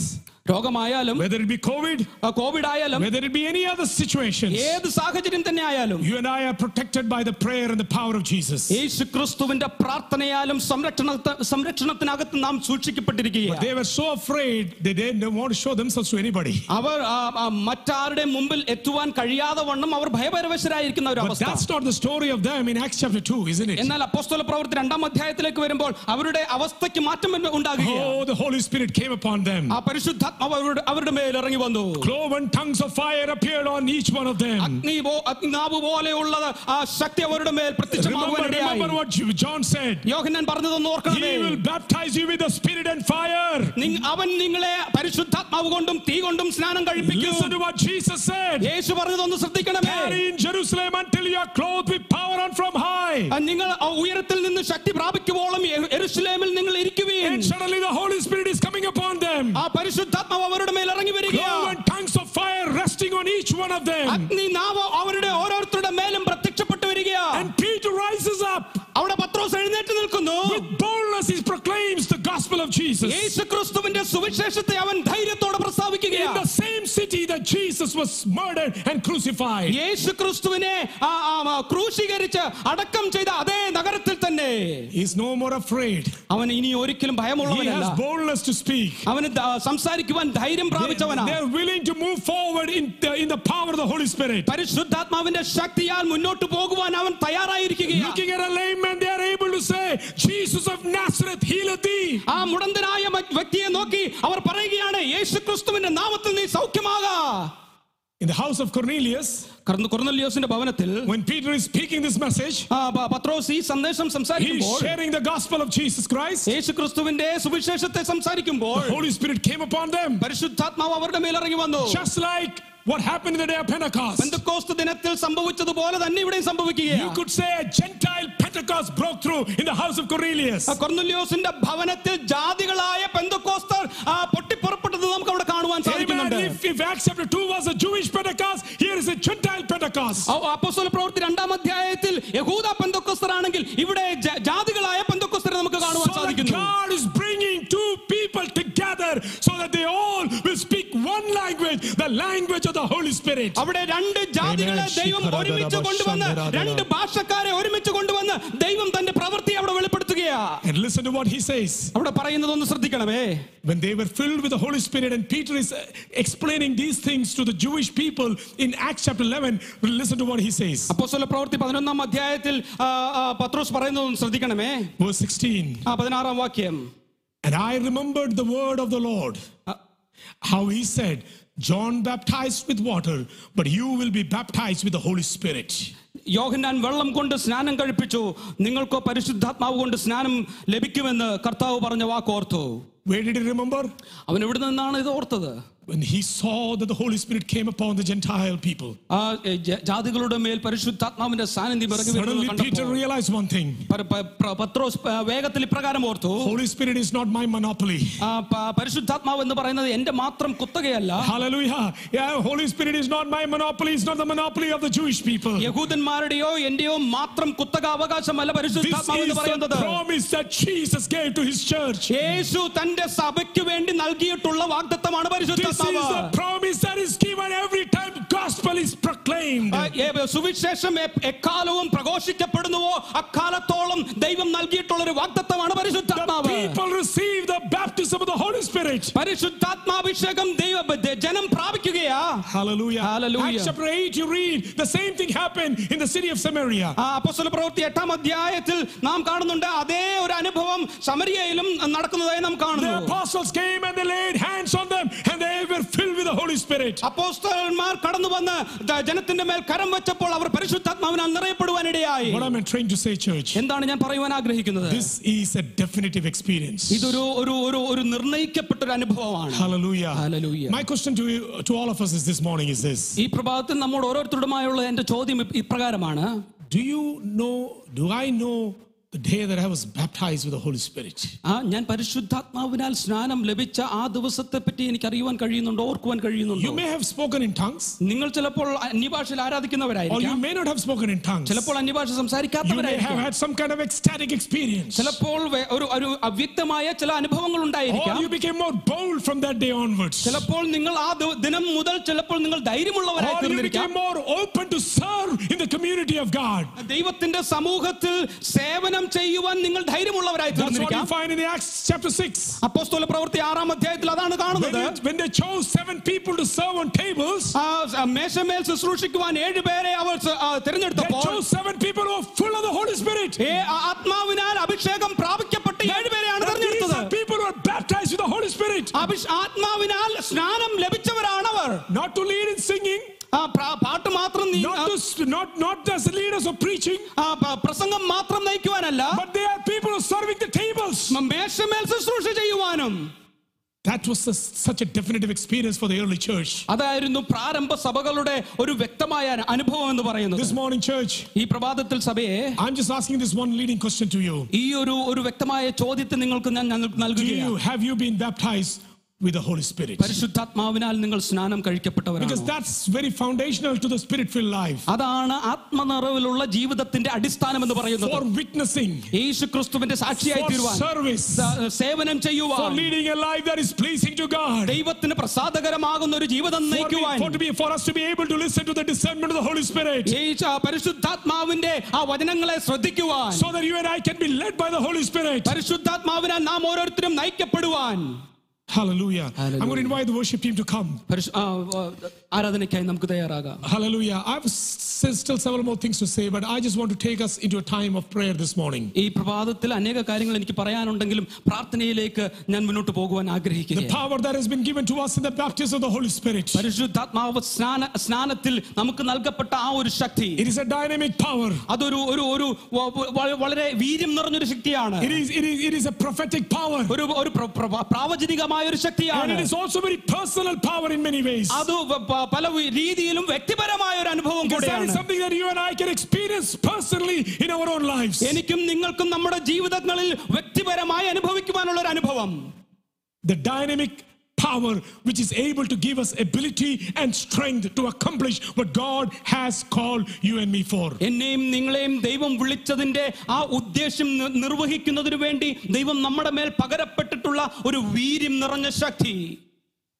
രോഗമായാലും whether it be COVID, Covid ആയാലും whether it be any other situations, ഏത് സാഹചര്യം തന്നെ ആയാലും you and I are protected by the prayer and the power of Jesus. യേശു ക്രിസ്തുവിന്റെ പ്രാർത്ഥനയാലും സംരക്ഷണ സംരക്ഷണത്തിനകത്ത് നാം സൂക്ഷിക്കപ്പെട്ടിരിക്കുകയാണ് They were so afraid they didn't want to show themselves to anybody. അവർ ആ, ആ, മറ്റാരുടെ മുമ്പിൽ എത്തുവാൻ കഴിയാതെ വണ്ണം അവർ ഭയപരവശരായിരിക്കുന്ന ഒരു But അവസ്ഥ that's not the story of them in Acts chapter 2, isn't it? എന്നാൽ അപ്പോസ്തല പ്രവൃത്തി രണ്ടാം അധ്യായത്തിലേക്ക് വരുമ്പോൾ അവരുടെ അവസ്ഥയ്ക്ക് മാറ്റം ഉണ്ടാകുകയാണ് Oh, the Holy Spirit came upon them. ആ പരിശുദ്ധാത്മാവ് അവരുടെ അവരുടെ മേൽ ഇറങ്ങി വന്നു Cloven tongues of fire appeared on each one of them. അഗ്നി പോ- അഗ്നിനാവ് പോലെയുള്ളത് ആ ശക്തി അവരുടെ മേൽ Remember, പ്രത്യക്ഷമാകുവാനിടയായി remember what John said. യോഹന്നാൻ പറഞ്ഞതൊന്ന് ഓർക്കണമേ He will baptize you with the Spirit and fire. നിങ്ങ- അവൻ നിങ്ങളെ പരിശുദ്ധാത്മാവ് കൊണ്ടും തീ കൊണ്ടും സ്നാനം Listen കഴിപ്പിക്കും to what Jesus said. Yeshu പറഞ്ഞതൊന്ന് ശ്രദ്ധിക്കണമേ Tarry in Jerusalem until you are clothed with power on from high. ആ, നിങ്ങൾ ആ ഉയരത്തിൽ നിന്ന് ശക്തി പ്രാപിക്കുവോളം എ- എരുശലേമിൽ നിങ്ങൾ ഇരിക്കുവീൻ And suddenly the Holy Spirit is coming upon them. ആ പരിശുദ്ധാത്മാവ് അവരുടെ മേൽ ഇറങ്ങി വരികയാണ് Cloven tongues of fire resting on each one of them. അഗ്നി നാവ് അവരുടെ ഓരോരുത്തരുടെ മേലും പ്രത്യക്ഷപ്പെട്ടു വരികയാണ് And Peter rises up. അവിടെ പത്രോസ് എഴുന്നേറ്റ് നിൽക്കുന്നു With boldness, he proclaims the gospel of Jesus. യേശു ക്രിസ്തുവിന്റെ സുവിശേഷത്തെ അവൻ ധൈര്യത്തോടെ In the പ്രസ്താവിക്കുകയാണ് same city that Jesus was murdered and crucified. യേശു ക്രിസ്തുവിനെ ആ, ആ, ആ, ക്രൂശീകരിച്ച് അടക്കം ചെയ്ത അതേ നഗരത്തിൽ തന്നെ He's no more afraid. അവൻ ഇനി ഒരിക്കലും He ഭയമുള്ളവനല്ല has boldness to speak. അവന് ദ- സംസാരിക്കുവാൻ ധൈര്യം They, പ്രാപിച്ചവനാണ് they're willing to move forward in the, in the power of the Holy Spirit. പരിശുദ്ധാത്മാവിന്റെ ശക്തിയാൽ മുന്നോട്ട് പോകുവാൻ അവൻ തയ്യാറായിരിക്കുകയാണ് Looking at a lame man, they are able to say, Jesus of Nazareth, healeth thee. ആ മുടന്തനായ മ- വ്യക്തിയെ നോക്കി അവർ പറയുകയാണ് യേശു ക്രിസ്തുവിന്റെ നാമത്തിൽ നീ സൗഖ്യമാകാ In the house of Cornelius, കർന്ന്- കൊർന്നല്യോസിന്റെ ഭവനത്തിൽ when Peter is speaking this message, ആ, പ- പത്രോസ് ഈ സന്ദേശം he is സംസാരിക്കുമ്പോൾ sharing the gospel of Jesus Christ. യേശു ക്രിസ്തുവിന്റെ സുവിശേഷത്തെ സംസാരിക്കുമ്പോൾ Holy Spirit came upon them, പരിശുദ്ധാത്മാവ് അവരുടെ മേൽ ഇറങ്ങി വന്നു just like what happened in the day of Pentecost. Pentecost ദിനത്തിൽ സംഭവിച്ചതുപോലെ തന്നെ ഇവിടെ You സംഭവിക്കുകയാണ് could say a Gentile Pentecost broke through in the house of Cornelius. ആ കൊർന്നല്യോസിന്റെ ഭവനത്തിൽ ജാതികളായ പെന്തക്കോസ്തർ ആ, പൊട്ടിപ്പുറപ്പെട്ടത് നമുക്ക് അവിടെ കാണുവാൻ Amen. സാധിക്കുന്നുണ്ട് If, if Acts chapter 2 was a Jewish Pentecost, here is a Gentile Pentecost. ഔ- അപ്പോസ്തല പ്രവൃത്തി രണ്ടാം അധ്യായത്തിൽ യഹൂദ പെന്തക്കോസ്തരാണെങ്കിൽ ഇവിടെ ജ- ജാതികളായ പെന്തക്കോസ്തരെ നമുക്ക് കാണുവാൻ So that സാധിക്കുന്നു God is bringing two people together so that they all will speak one language, the language of the Holy Spirit. അവിടെ രണ്ട് ജാതികളെ Amen. ദൈവം ശിഖരധര ഒരുമിച്ച് കൊണ്ടുവന്ന് ഭക്ഷണധര. രണ്ട് ഭാഷക്കാരെ ഒരുമിച്ച് കൊണ്ടുവന്ന് ദൈവം തന്റെ പ്രവൃത്തി അവിടെ വെളിപ്പെടുത്തുകയാ And listen to what he says. അവിടെ പറയുന്നത് ഒന്ന് ശ്രദ്ധിക്കണമേ When they were filled with the Holy Spirit, and Peter is uh, explaining these things to the Jewish people in Acts chapter 11, listen to what he says. അപ്പോസ്തല പ്രവൃത്തി പതിനൊന്നാം അധ്യായത്തിൽ ആ, ആ, പത്രോസ് പറയുന്നത് ഒന്ന് ശ്രദ്ധിക്കണമേ Verse 16. ആ പതിനാറാം വാക്യം And I remembered the word of the Lord, how he said, John baptized with water, but you will be baptized with the Holy Spirit. യോഹന്നാൻ വെള്ളം കൊണ്ട് സ്നാനം കഴിപ്പിച്ചു നിങ്ങൾക്കോ പരിശുദ്ധാത്മാവ് കൊണ്ട് സ്നാനം ലഭിക്കുമെന്ന് കർത്താവ് പറഞ്ഞ വാക്കോർത്തു Where did he remember? അവൻ എവിടെ നിന്നാണ് ഇത് ഓർത്തത് When he saw that the Holy Spirit came upon the Gentile people. ആ എ, ജ- ജാതികളുടെ മേൽ പരിശുദ്ധാത്മാവിന്റെ സാന്നിധ്യം ഇറങ്ങി വരുന്നത് Suddenly, കണ്ടപ്പോൾ Peter realized one thing പ- പ- പ്ര- പത്രോസ് പ- വേഗത്തിൽ ഇപ്രകാരം ഓർത്തു Holy Spirit is not my monopoly. ആ, പ- പരിശുദ്ധാത്മാവ് എന്ന് പറയുന്നത് എന്റെ മാത്രം കുത്തകയല്ല Hallelujah. Yeah, Holy Spirit is not my monopoly. It's not the monopoly of the Jewish people. യഹൂദന്മാരുടെയോ എന്റെയോ മാത്രം കുത്തക അവകാശമല്ല This പരിശുദ്ധാത്മാവ് is എന്ന് the പറയുന്നത് promise that Jesus gave to his church. യേശു തന്റെ സഭയ്ക്ക് വേണ്ടി നൽകിയിട്ടുള്ള വാഗ്ദത്തമാണ് This is the പരിശുദ്ധാത്മാവ് promise that is given every time gospel is proclaimed. ആ, ഏ- സുവിശേഷം എ- എക്കാലവും പ്രഘോഷിക്കപ്പെടുന്നുവോ അക്കാലത്തോളം ദൈവം നൽകിയിട്ടുള്ള ഒരു വാഗ്ദത്തമാണ് പരിശുദ്ധാത്മാവ് People receive the baptism of the Holy Spirit. പരിശുദ്ധാത്മാഭിഷേകം ദൈവ ദ- ജനം പ്രാപിക്കുകയാ Hallelujah. Hallelujah. Acts chapter 8, you read the same thing happened in the city of Samaria. ആ അപ്പോസ്തല പ്രവൃത്തി എട്ടാം അധ്യായത്തിൽ നാം കാണുന്നുണ്ട് അതേ ഒരു അനുഭവം ശമരിയയിലും നടക്കുന്നതായി നാം The കാണുന്നു apostles came and they laid hands on them and they were filled with the Holy Spirit. അപ്പോസ്തലന്മാർ കടന്നു വന്ന് ദ- ജനത്തിന്റെ മേൽ കരം വെച്ചപ്പോൾ അവർ പരിശുദ്ധാത്മാവിനാൽ നിറയപ്പെടുവാനിടയായി What am I trying to say, church? എന്താണ് ഞാൻ പറയുവാൻ ആഗ്രഹിക്കുന്നത് This is a definitive experience. ഇതൊരു ഒരു ഒരു ഒരു നിർണയിക്കപ്പെട്ട ഒരു അനുഭവമാണ് Hallelujah. Hallelujah. My question to you, to all of us is this morning is this. ഈ പ്രഭാതത്തിൽ നമ്മോട് ഓരോരുത്തരുമായുള്ള എന്റെ ചോദ്യം ഇപ്- ഇപ്രകാരമാണ് Do you know, do I know the day that I was baptized with the Holy Spirit. ആ ഞാൻ പരിശുദ്ധാത്മാവിനാൽ സ്നാനം ലഭിച്ച ആ ദിവസത്തെ പറ്റി എനിക്ക് അറിയുവാൻ കഴിയുന്നുണ്ടോ ഓർക്കുവാൻ You കഴിയുന്നുണ്ടോ may have spoken in tongues, നിങ്ങൾ ചിലപ്പോൾ അന്യഭാഷയിൽ or you ആരാധിക്കുന്നവരായിരിക്കാം may not have spoken in tongues. ചിലപ്പോൾ അന്യഭാഷ You may have സംസാരിക്കാത്തവരായിരിക്കാം had some kind of ecstatic experience. ചിലപ്പോൾ വേ- ഒരു ഒരു അവ്യക്തമായ ചില അനുഭവങ്ങൾ Or ഉണ്ടായിരിക്കാം you became more bold from that day onwards. ചിലപ്പോൾ നിങ്ങൾ ആ ദിവ- ദിനം മുതൽ ചിലപ്പോൾ നിങ്ങൾ ധൈര്യമുള്ളവരായി Or you became തീർന്നിരിക്കാം more open to serve in the community of God. ദൈവത്തിന്റെ സമൂഹത്തിൽ സേവനം ചെയ്യുവാൻ നിങ്ങൾ ധൈര്യമുള്ളവരായി That's what you തീർന്നിരിക്കാം find in Acts chapter 6. അപ്പോസ്തല പ്രവൃത്തി ആറാം അധ്യായത്തിൽ അതാണ് When കാണുന്നത് they, when they chose seven people to serve on tables, ആ സ- മേശമേൽ ശുശ്രൂഷിക്കുവാൻ ഏഴ് പേരെ അവർ സ- ആ, they തിരഞ്ഞെടുത്തപ്പോൾ chose seven people who are full of the Holy Spirit. ഏ ആ- ആത്മാവിനാൽ അഭിഷേകം പ്രാപിക്കപ്പെട്ട ഏഴ് പേരെയാണ് And these are തിരഞ്ഞെടുത്തത് people who are baptized with the Holy Spirit. Abhish- ആത്മാവിനാൽ സ്നാനം ലഭിച്ചവരാണ് അവർ Not to lead in singing, ആ, pra- പാട്ട് മാത്രം നീ- not, to, not, not as the leaders of preaching, ആ, പ- പ്രസംഗം മാത്രം നയിക്കുവാനല്ല but they are people who are serving the tables. മ- മേശമേൽ ശുശ്രൂഷ ചെയ്യുവാനും That was a- such a definitive experience for the early church. അതായിരുന്നു പ്രാരംഭ സഭകളുടെ ഒരു വ്യക്തമായ അനു- അനുഭവം എന്ന് പറയുന്നത് This morning, church, ഈ പ്രഭാതത്തിൽ സഭയെ I'm just asking this one leading question to you. ഈ ഒരു ഒരു വ്യക്തമായ ചോദ്യത്തെ നിങ്ങൾക്ക് ഞാൻ നൽ- Do you നൽകുകയാണ് have you been baptized with the Holy Spirit? പരിശുദ്ധാത്മാവിനാൽ നിങ്ങൾ സ്നാനം കഴിക്കപ്പെട്ടവരാണ് Because that's very foundational to the spirit-filled life. അതാണ് ആത്മനിറവിലുള്ള ജീവിതത്തിന്റെ അടിസ്ഥാനം എന്ന് For പറയുന്നത് witnessing, യേശു ക്രിസ്തുവിന്റെ സാക്ഷിയായി for തീരുവാൻ service, സ- സേവനം for ചെയ്യുവാൻ leading a life that is pleasing to God. ദൈവത്തിന് പ്രസാദകരമാകുന്ന ഒരു ജീവിതം For, me- നയിക്കുവാൻ for to be, for us to be able to listen to the discernment of the Holy Spirit. യേശു പരിശുദ്ധാത്മാവിന്റെ ആ വചനങ്ങളെ ശ്രദ്ധിക്കുവാൻ So that you and I can be led by the Holy Spirit. പരിശുദ്ധാത്മാവിനാൽ നാം ഓരോരുത്തരും നയിക്കപ്പെടുവാൻ Hallelujah. I'm going to Hallelujah. invite the worship team to come. പരിശു- ആ, ആ, ആരാധനയ്ക്കായി നമുക്ക് തയ്യാറാകാം Hallelujah. I have s- still several more things to say, but I just want to take us into a time of prayer this morning. ഈ പ്രഭാതത്തിൽ അനേക കാര്യങ്ങൾ എനിക്ക് പറയാനുണ്ടെങ്കിലും പ്രാർത്ഥനയിലേക്ക് ഞാൻ മുന്നോട്ട് പോകുവാൻ The ആഗ്രഹിക്കുകയാണ് power that has been given to us in the baptism of the Holy Spirit. പരിശുദ്ധാത്മാവ് സ്നാന സ്നാനത്തിൽ നമുക്ക് നൽകപ്പെട്ട ആ ഒരു ശക്തി It is a dynamic power. അതൊരു ഒരു ഒരു വ- വ- വളരെ വീര്യം നിറഞ്ഞൊരു ശക്തിയാണ് It is, it is, it is a prophetic power. ഒരു ഒരു പ്ര- പ്ര- പ്രാവചനികമായ ഒരു And ശക്തിയാണ് it is also very personal power in many ways. അത് വ- പ- പല വി- രീതിയിലും വ്യക്തിപരമായ ഒരു അനുഭവം Because that is കൂടെയാണ് something that you and I can experience personally in our own lives. എനിക്കും നിങ്ങൾക്കും നമ്മുടെ ജീവിതങ്ങളിൽ വ്യക്തിപരമായി അനുഭവിക്കുവാനുള്ള ഒരു അനുഭവം The dynamic power which is able to give us ability and strength to accomplish what God has called you and me for. എന്നെയും നിങ്ങളെയും ദൈവം വിളിച്ചതിന്റെ ആ ഉദ്ദേശ്യം നി- നിർവഹിക്കുന്നതിനു വേണ്ടി ദൈവം നമ്മുടെ മേൽ പകരപ്പെട്ടിട്ടുള്ള ഒരു വീര്യം നിറഞ്ഞ ശക്തി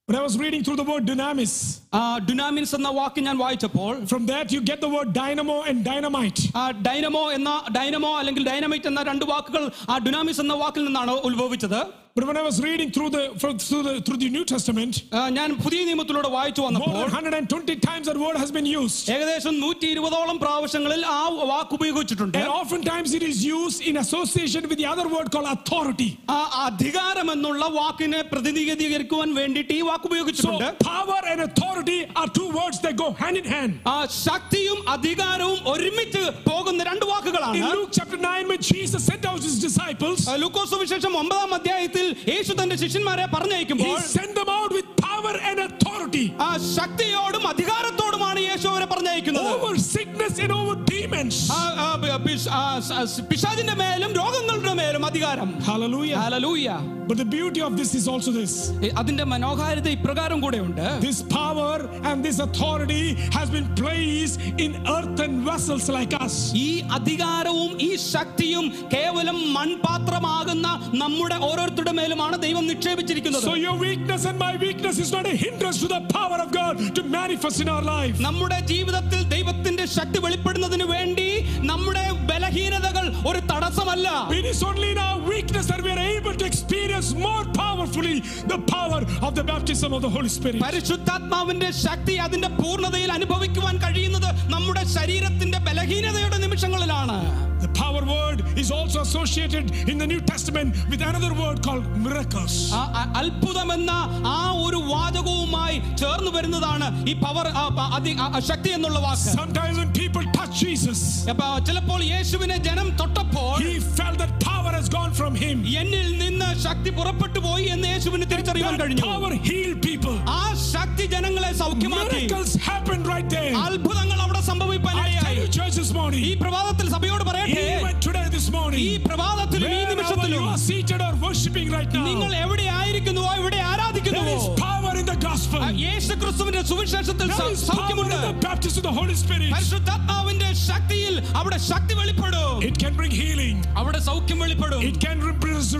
When I was reading through the word dynamis, ആ ഡുനാമിൻസ് എന്ന വാക്ക് ഞാൻ വായിച്ചപ്പോൾ from that you get the word dynamo and dynamite. ആ ഡൈനമോ എന്ന ഡൈനമോ അല്ലെങ്കിൽ ഡൈനമൈറ്റ് എന്ന രണ്ട് വാക്കുകൾ ആ ഡുനാമിസ് എന്ന വാക്കിൽ നിന്നാണ് ഉത്ഭവിച്ചത് But when I was reading through the fro- through the through the New Testament, ആ, ഞാൻ പുതിയ നിയമത്തിലൂടെ വായിച്ചു more than വന്നപ്പോൾ 120 times that word has been used. ഏകദേശം നൂറ്റി ഇരുപതോളം പ്രാവശ്യങ്ങളിൽ ആ വാക്ക് ഉപയോഗിച്ചിട്ടുണ്ട് And oftentimes it is used in association with the other word called authority. ആ അധികാരം എന്നുള്ള വാക്കിനെ പ്രതിനിധീകരിക്കുവാൻ വേണ്ടിയിട്ട് ഈ വാക്ക് So ഉപയോഗിച്ചിട്ടുണ്ട് power and authority are two words that go hand in hand. ആ ശക്തിയും അധികാരവും ഒരുമിച്ച് പോകുന്ന രണ്ട് In വാക്കുകളാണ് Luke chapter 9, when Jesus sent out his disciples, ആ, ലൂക്കോസ് സുവിശേഷം ഒമ്പതാം അധ്യായത്തിൽ യേശു തന്റെ ശിഷ്യന്മാരെ he പറഞ്ഞയക്കുമ്പോൾ sent them out with power and authority ആ ശക്തിയോടും അധികാരത്തോടുമാണ് യേശു അവരെ പറഞ്ഞയക്കുന്നത് over sickness and over demons. ആ, ആ, പി- പിശ്- ആ, സ- സ് പിശാചിന്റെ മേലും രോഗങ്ങളുടെ മേലും അധികാരം Hallelujah. Hallelujah. But the beauty of this is also this ഏ, അതിന്റെ മനോഹാരിത ഇപ്രകാരം കൂടെയുണ്ട് this power and this authority has been placed in earthen vessels like us. ഈ അധികാരവും ഈ ശക്തിയും കേവലം മൺപാത്രമാകുന്ന നമ്മുടെ ഓരോരുത്തരുടെ മേലുമാണ് ദൈവം നിക്ഷേപിച്ചിരിക്കുന്നത് So your weakness and my weakness is not a hindrance to the power of God to manifest in our life. നമ്മുടെ ജീവിതത്തിൽ ദൈവത്തിന്റെ ശക്തി വെളിപ്പെടുന്നതിന് വേണ്ടി നമ്മുടെ ബലഹീനതകൾ ഒരു തടസ്സമല്ല It is only in our weakness that we are able to experience more powerfully the power of the baptism of the Holy Spirit. പരിശുദ്ധാത്മാവിന്റെ ശക്തി അതിന്റെ പൂർണ്ണതയിൽ അനുഭവിക്കുവാൻ കഴിയുന്നത് നമ്മുടെ ശരീരത്തിന്റെ ബലഹീനതയുടെ നിമിഷങ്ങളിലാണ് The power word is also associated in the New Testament with another word called miracles. ആ അ- അത്ഭുതമെന്ന ആ ഒരു വാചകവുമായി ചേർന്ന് വരുന്നതാണ് ഈ പവർ ആ പ- അതി- ആ- ആ ശക്തി എന്നുള്ള വാക്ക് Sometimes when people touch Jesus, അപ്പൊ ചിലപ്പോൾ യേശുവിനെ ജനം തൊട്ടപ്പോൾ he felt that power has gone from him. എന്നിൽ നിന്ന് ശക്തി പുറപ്പെട്ടു പോയി എന്ന് യേശുവിന് തിരിച്ചറിയാൻ That കഴിഞ്ഞു power healed people. ആ ശക്തി ജനങ്ങളെ സൗഖ്യമാക്കി Miracles happened right there. അത്ഭുതങ്ങൾ അവിടെ I tell സംഭവിക്കാനായി you, church, this ഈ morning, പ്രഭാതത്തിൽ സഭയോട് പറയട്ടെ even today, this ഈ morning, പ്രഭാതത്തിലും ഈ wherever you നിമിഷത്തിലും are seated or worshiping right നിങ്ങൾ now, എവിടെ ആയിരിക്കുന്നുവോ ഇവിടെ there ആരാധിക്കുന്നുവോ is power in the gospel. ആ യേശു ക്രിസ്തുവിന്റെ സുവിശേഷത്തിൽ There സൗ- is power in സൗഖ്യമുണ്ട് the baptism of the Holy Spirit. പരിശുദ്ധാത്മാവിന്റെ ശക്തിയിൽ അവിടെ ശക്തി വെളിപ്പെടും It can bring healing. അവിടെ സൗഖ്യം വെളിപ്പെടും It can re-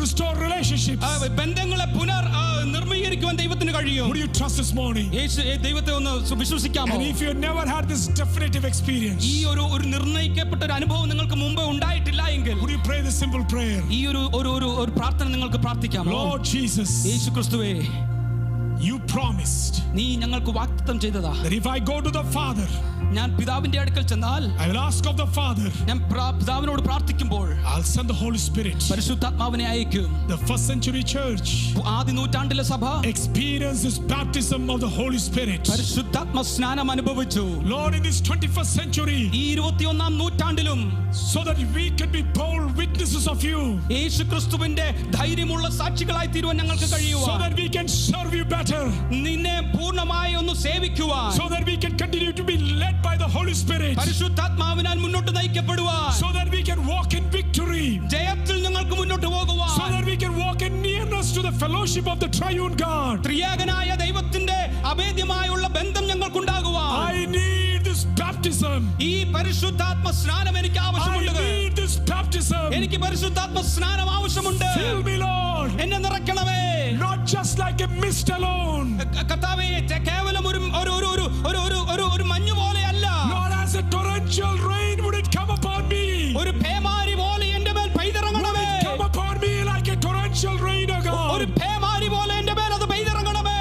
restore relationships. ആ, ബന്ധങ്ങളെ പുനർ ആ, നിർമ്മീകരിക്കുവാൻ ദൈവത്തിന് കഴിയും Would you trust this morning? യേശു ഏ, ദൈവത്തെ ഒന്ന് സു- വിശ്വസിക്കാമോ And if you never had this definitive ഈ experience, ഒരു ഒരു നിർണ്ണയിക്കപ്പെട്ട ഒരു അനുഭവം നിങ്ങൾക്ക് മുമ്പ് ഉണ്ടായിട്ടില്ല എങ്കിൽ would you pray this simple prayer? ഈ ഒരു ഒരു ഒരു ഒരു പ്രാർത്ഥന നിങ്ങൾക്ക് പ്രാർത്ഥിക്കാമോ Lord Jesus, Yeshu ക്രിസ്തുവേ you promised നീ ഞങ്ങൾക്ക് വാഗ്ദത്തം ചെയ്തതാ that if I go to the Father, ഞാൻ പിതാവിന്റെ അടുക്കൽ ചെന്നാൽ I will ask of the Father, ഞാൻ പ്രാ- പിതാവിനോട് പ്രാർത്ഥിക്കുമ്പോൾ I'll send the Holy Spirit. പരിശുദ്ധാത്മാവിനെ അയക്കും The first century church ആദ്യ നൂറ്റാണ്ടിലെ സഭ experienced this baptism of the Holy Spirit. പരിശുദ്ധാത്മ സ്നാനം അനുഭവിച്ചു Lord, in this 21st century, ഈ ഇരുപത്തിയൊന്നാം നൂറ്റാണ്ടിലും so that we can be bold witnesses of you, യേശു ക്രിസ്തുവിന്റെ ധൈര്യമുള്ള സാക്ഷികളായി തീരുവാൻ ഞങ്ങൾക്ക് so കഴിയുവാൻ that we can serve you better, നിന്നെ പൂർണ്ണമായി ഒന്ന് സേവിക്കുവാൻ so that we can continue to be led by the Holy Spirit, പരിശുദ്ധാത്മാവിനാൽ മുന്നോട്ട് നയിക്കപ്പെടുവാൻ so that we can walk in victory, ജയത്തിൽ ഞങ്ങൾക്ക് മുന്നോട്ട് so പോകുവാൻ that we can walk in nearness to the fellowship of the triune God. ത്രിയേകനായ ദൈവത്തിന്റെ അഭേദ്യമായുള്ള ബന്ധം ഞങ്ങൾക്കുണ്ടാകുവാൻ I need this baptism. ഈ പരിശുദ്ധാത്മ സ്നാനം എനിക്ക് I ആവശ്യമുണ്ട് need this baptism. എനിക്ക് പരിശുദ്ധാത്മ സ്നാനം ആവശ്യമുണ്ട് Fill me, Lord, എന്നെ നിറയ്ക്കണമേ not just like a mist alone, ക- കർത്താവേ ചെ- കേവലം ഒരു ഒരു ഒരു ഒരു ഒരു ഒരു ഒരു ഒരു മഞ്ഞ് പോലെയല്ല not as a torrential rain would it come upon me. ഒരു പേമാരി പോലെ എന്റെ മേൽ പെയ്തിറങ്ങണമേ Come upon me like a torrential rain, O ഒരു God. പേമാരി പോലെ എന്റെ മേൽ അത് പെയ്തിറങ്ങണമേ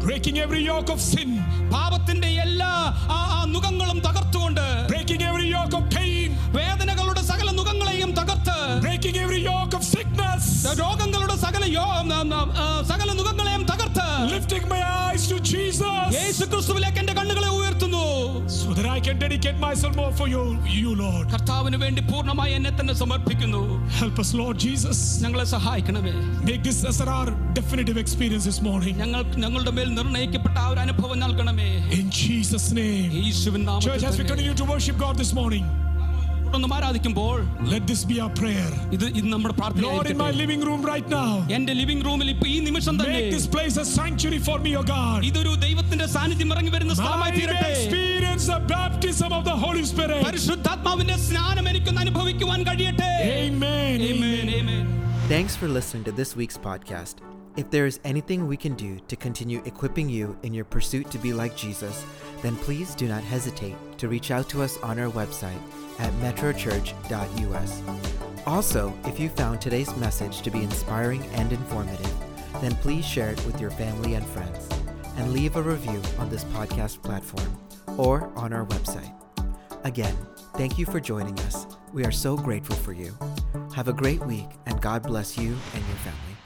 Breaking every yoke of sin, പാപത്തിന്റെ എല്ലാ ആ ആ നുഖങ്ങളും തകർത്തുകൊണ്ട് breaking every yoke of pain, വേദനകളുടെ സകല നുഖങ്ങളെയും തകർത്ത് breaking every yoke of sickness, രോഗങ്ങളുടെ സകല യോ- ന- ന- ആ, സകല നുഖങ്ങളെയും തകർത്ത് lifting my eyes to Jesus യേശു ക്രിസ്തുവിലേക്ക് എന്റെ കണ്ണുകളെ ഉയർത്തുന്നു so that I can dedicate myself more for you, you Lord. കർത്താവിന് വേണ്ടി പൂർണ്ണമായി എന്നെ തന്നെ സമർപ്പിക്കുന്നു Help us, Lord Jesus. ഞങ്ങളെ സഹായിക്കണമേ Make this as our definitive experience this morning. ഞങ്ങൾ ഞങ്ങളുടെ മേൽ നിർണയിക്കപ്പെട്ട ആ ഒരു അനുഭവം നൽകണമേ In Jesus' name. യേശുവിൻ Church, as we continue to worship God this morning, തുടർന്നും ആരാധിക്കുമ്പോൾ let this be our prayer. ഇത് ഇത് നമ്മുടെ Lord, in my പ്രാർത്ഥന living room right now, എന്റെ ലിവിംഗ് റൂമിൽ ഇപ്പൊ ഈ നിമിഷം തന്നെ make this place a sanctuary for me, O God. ഇതൊരു ദൈവത്തിന്റെ സാന്നിധ്യം ഇറങ്ങി വരുന്ന I സ്ഥലമായി തീരട്ടെ may experience the baptism of the Holy Spirit. പരിശുദ്ധാത്മാവിന്റെ സ്നാനം എനിക്കൊന്ന് അനുഭവിക്കുവാൻ കഴിയട്ടെ Amen. Amen, amen. Thanks for listening to this week's podcast. If there is anything we can do to continue equipping you in your pursuit to be like Jesus, then please do not hesitate to reach out to us on our website at metrochurch.us. Also, if you found today's message to be inspiring and informative, then please share it with your family and friends and leave a review on this podcast platform or on our website. Again, thank you for joining us. We are so grateful for you. Have a great week, and God bless you and your family.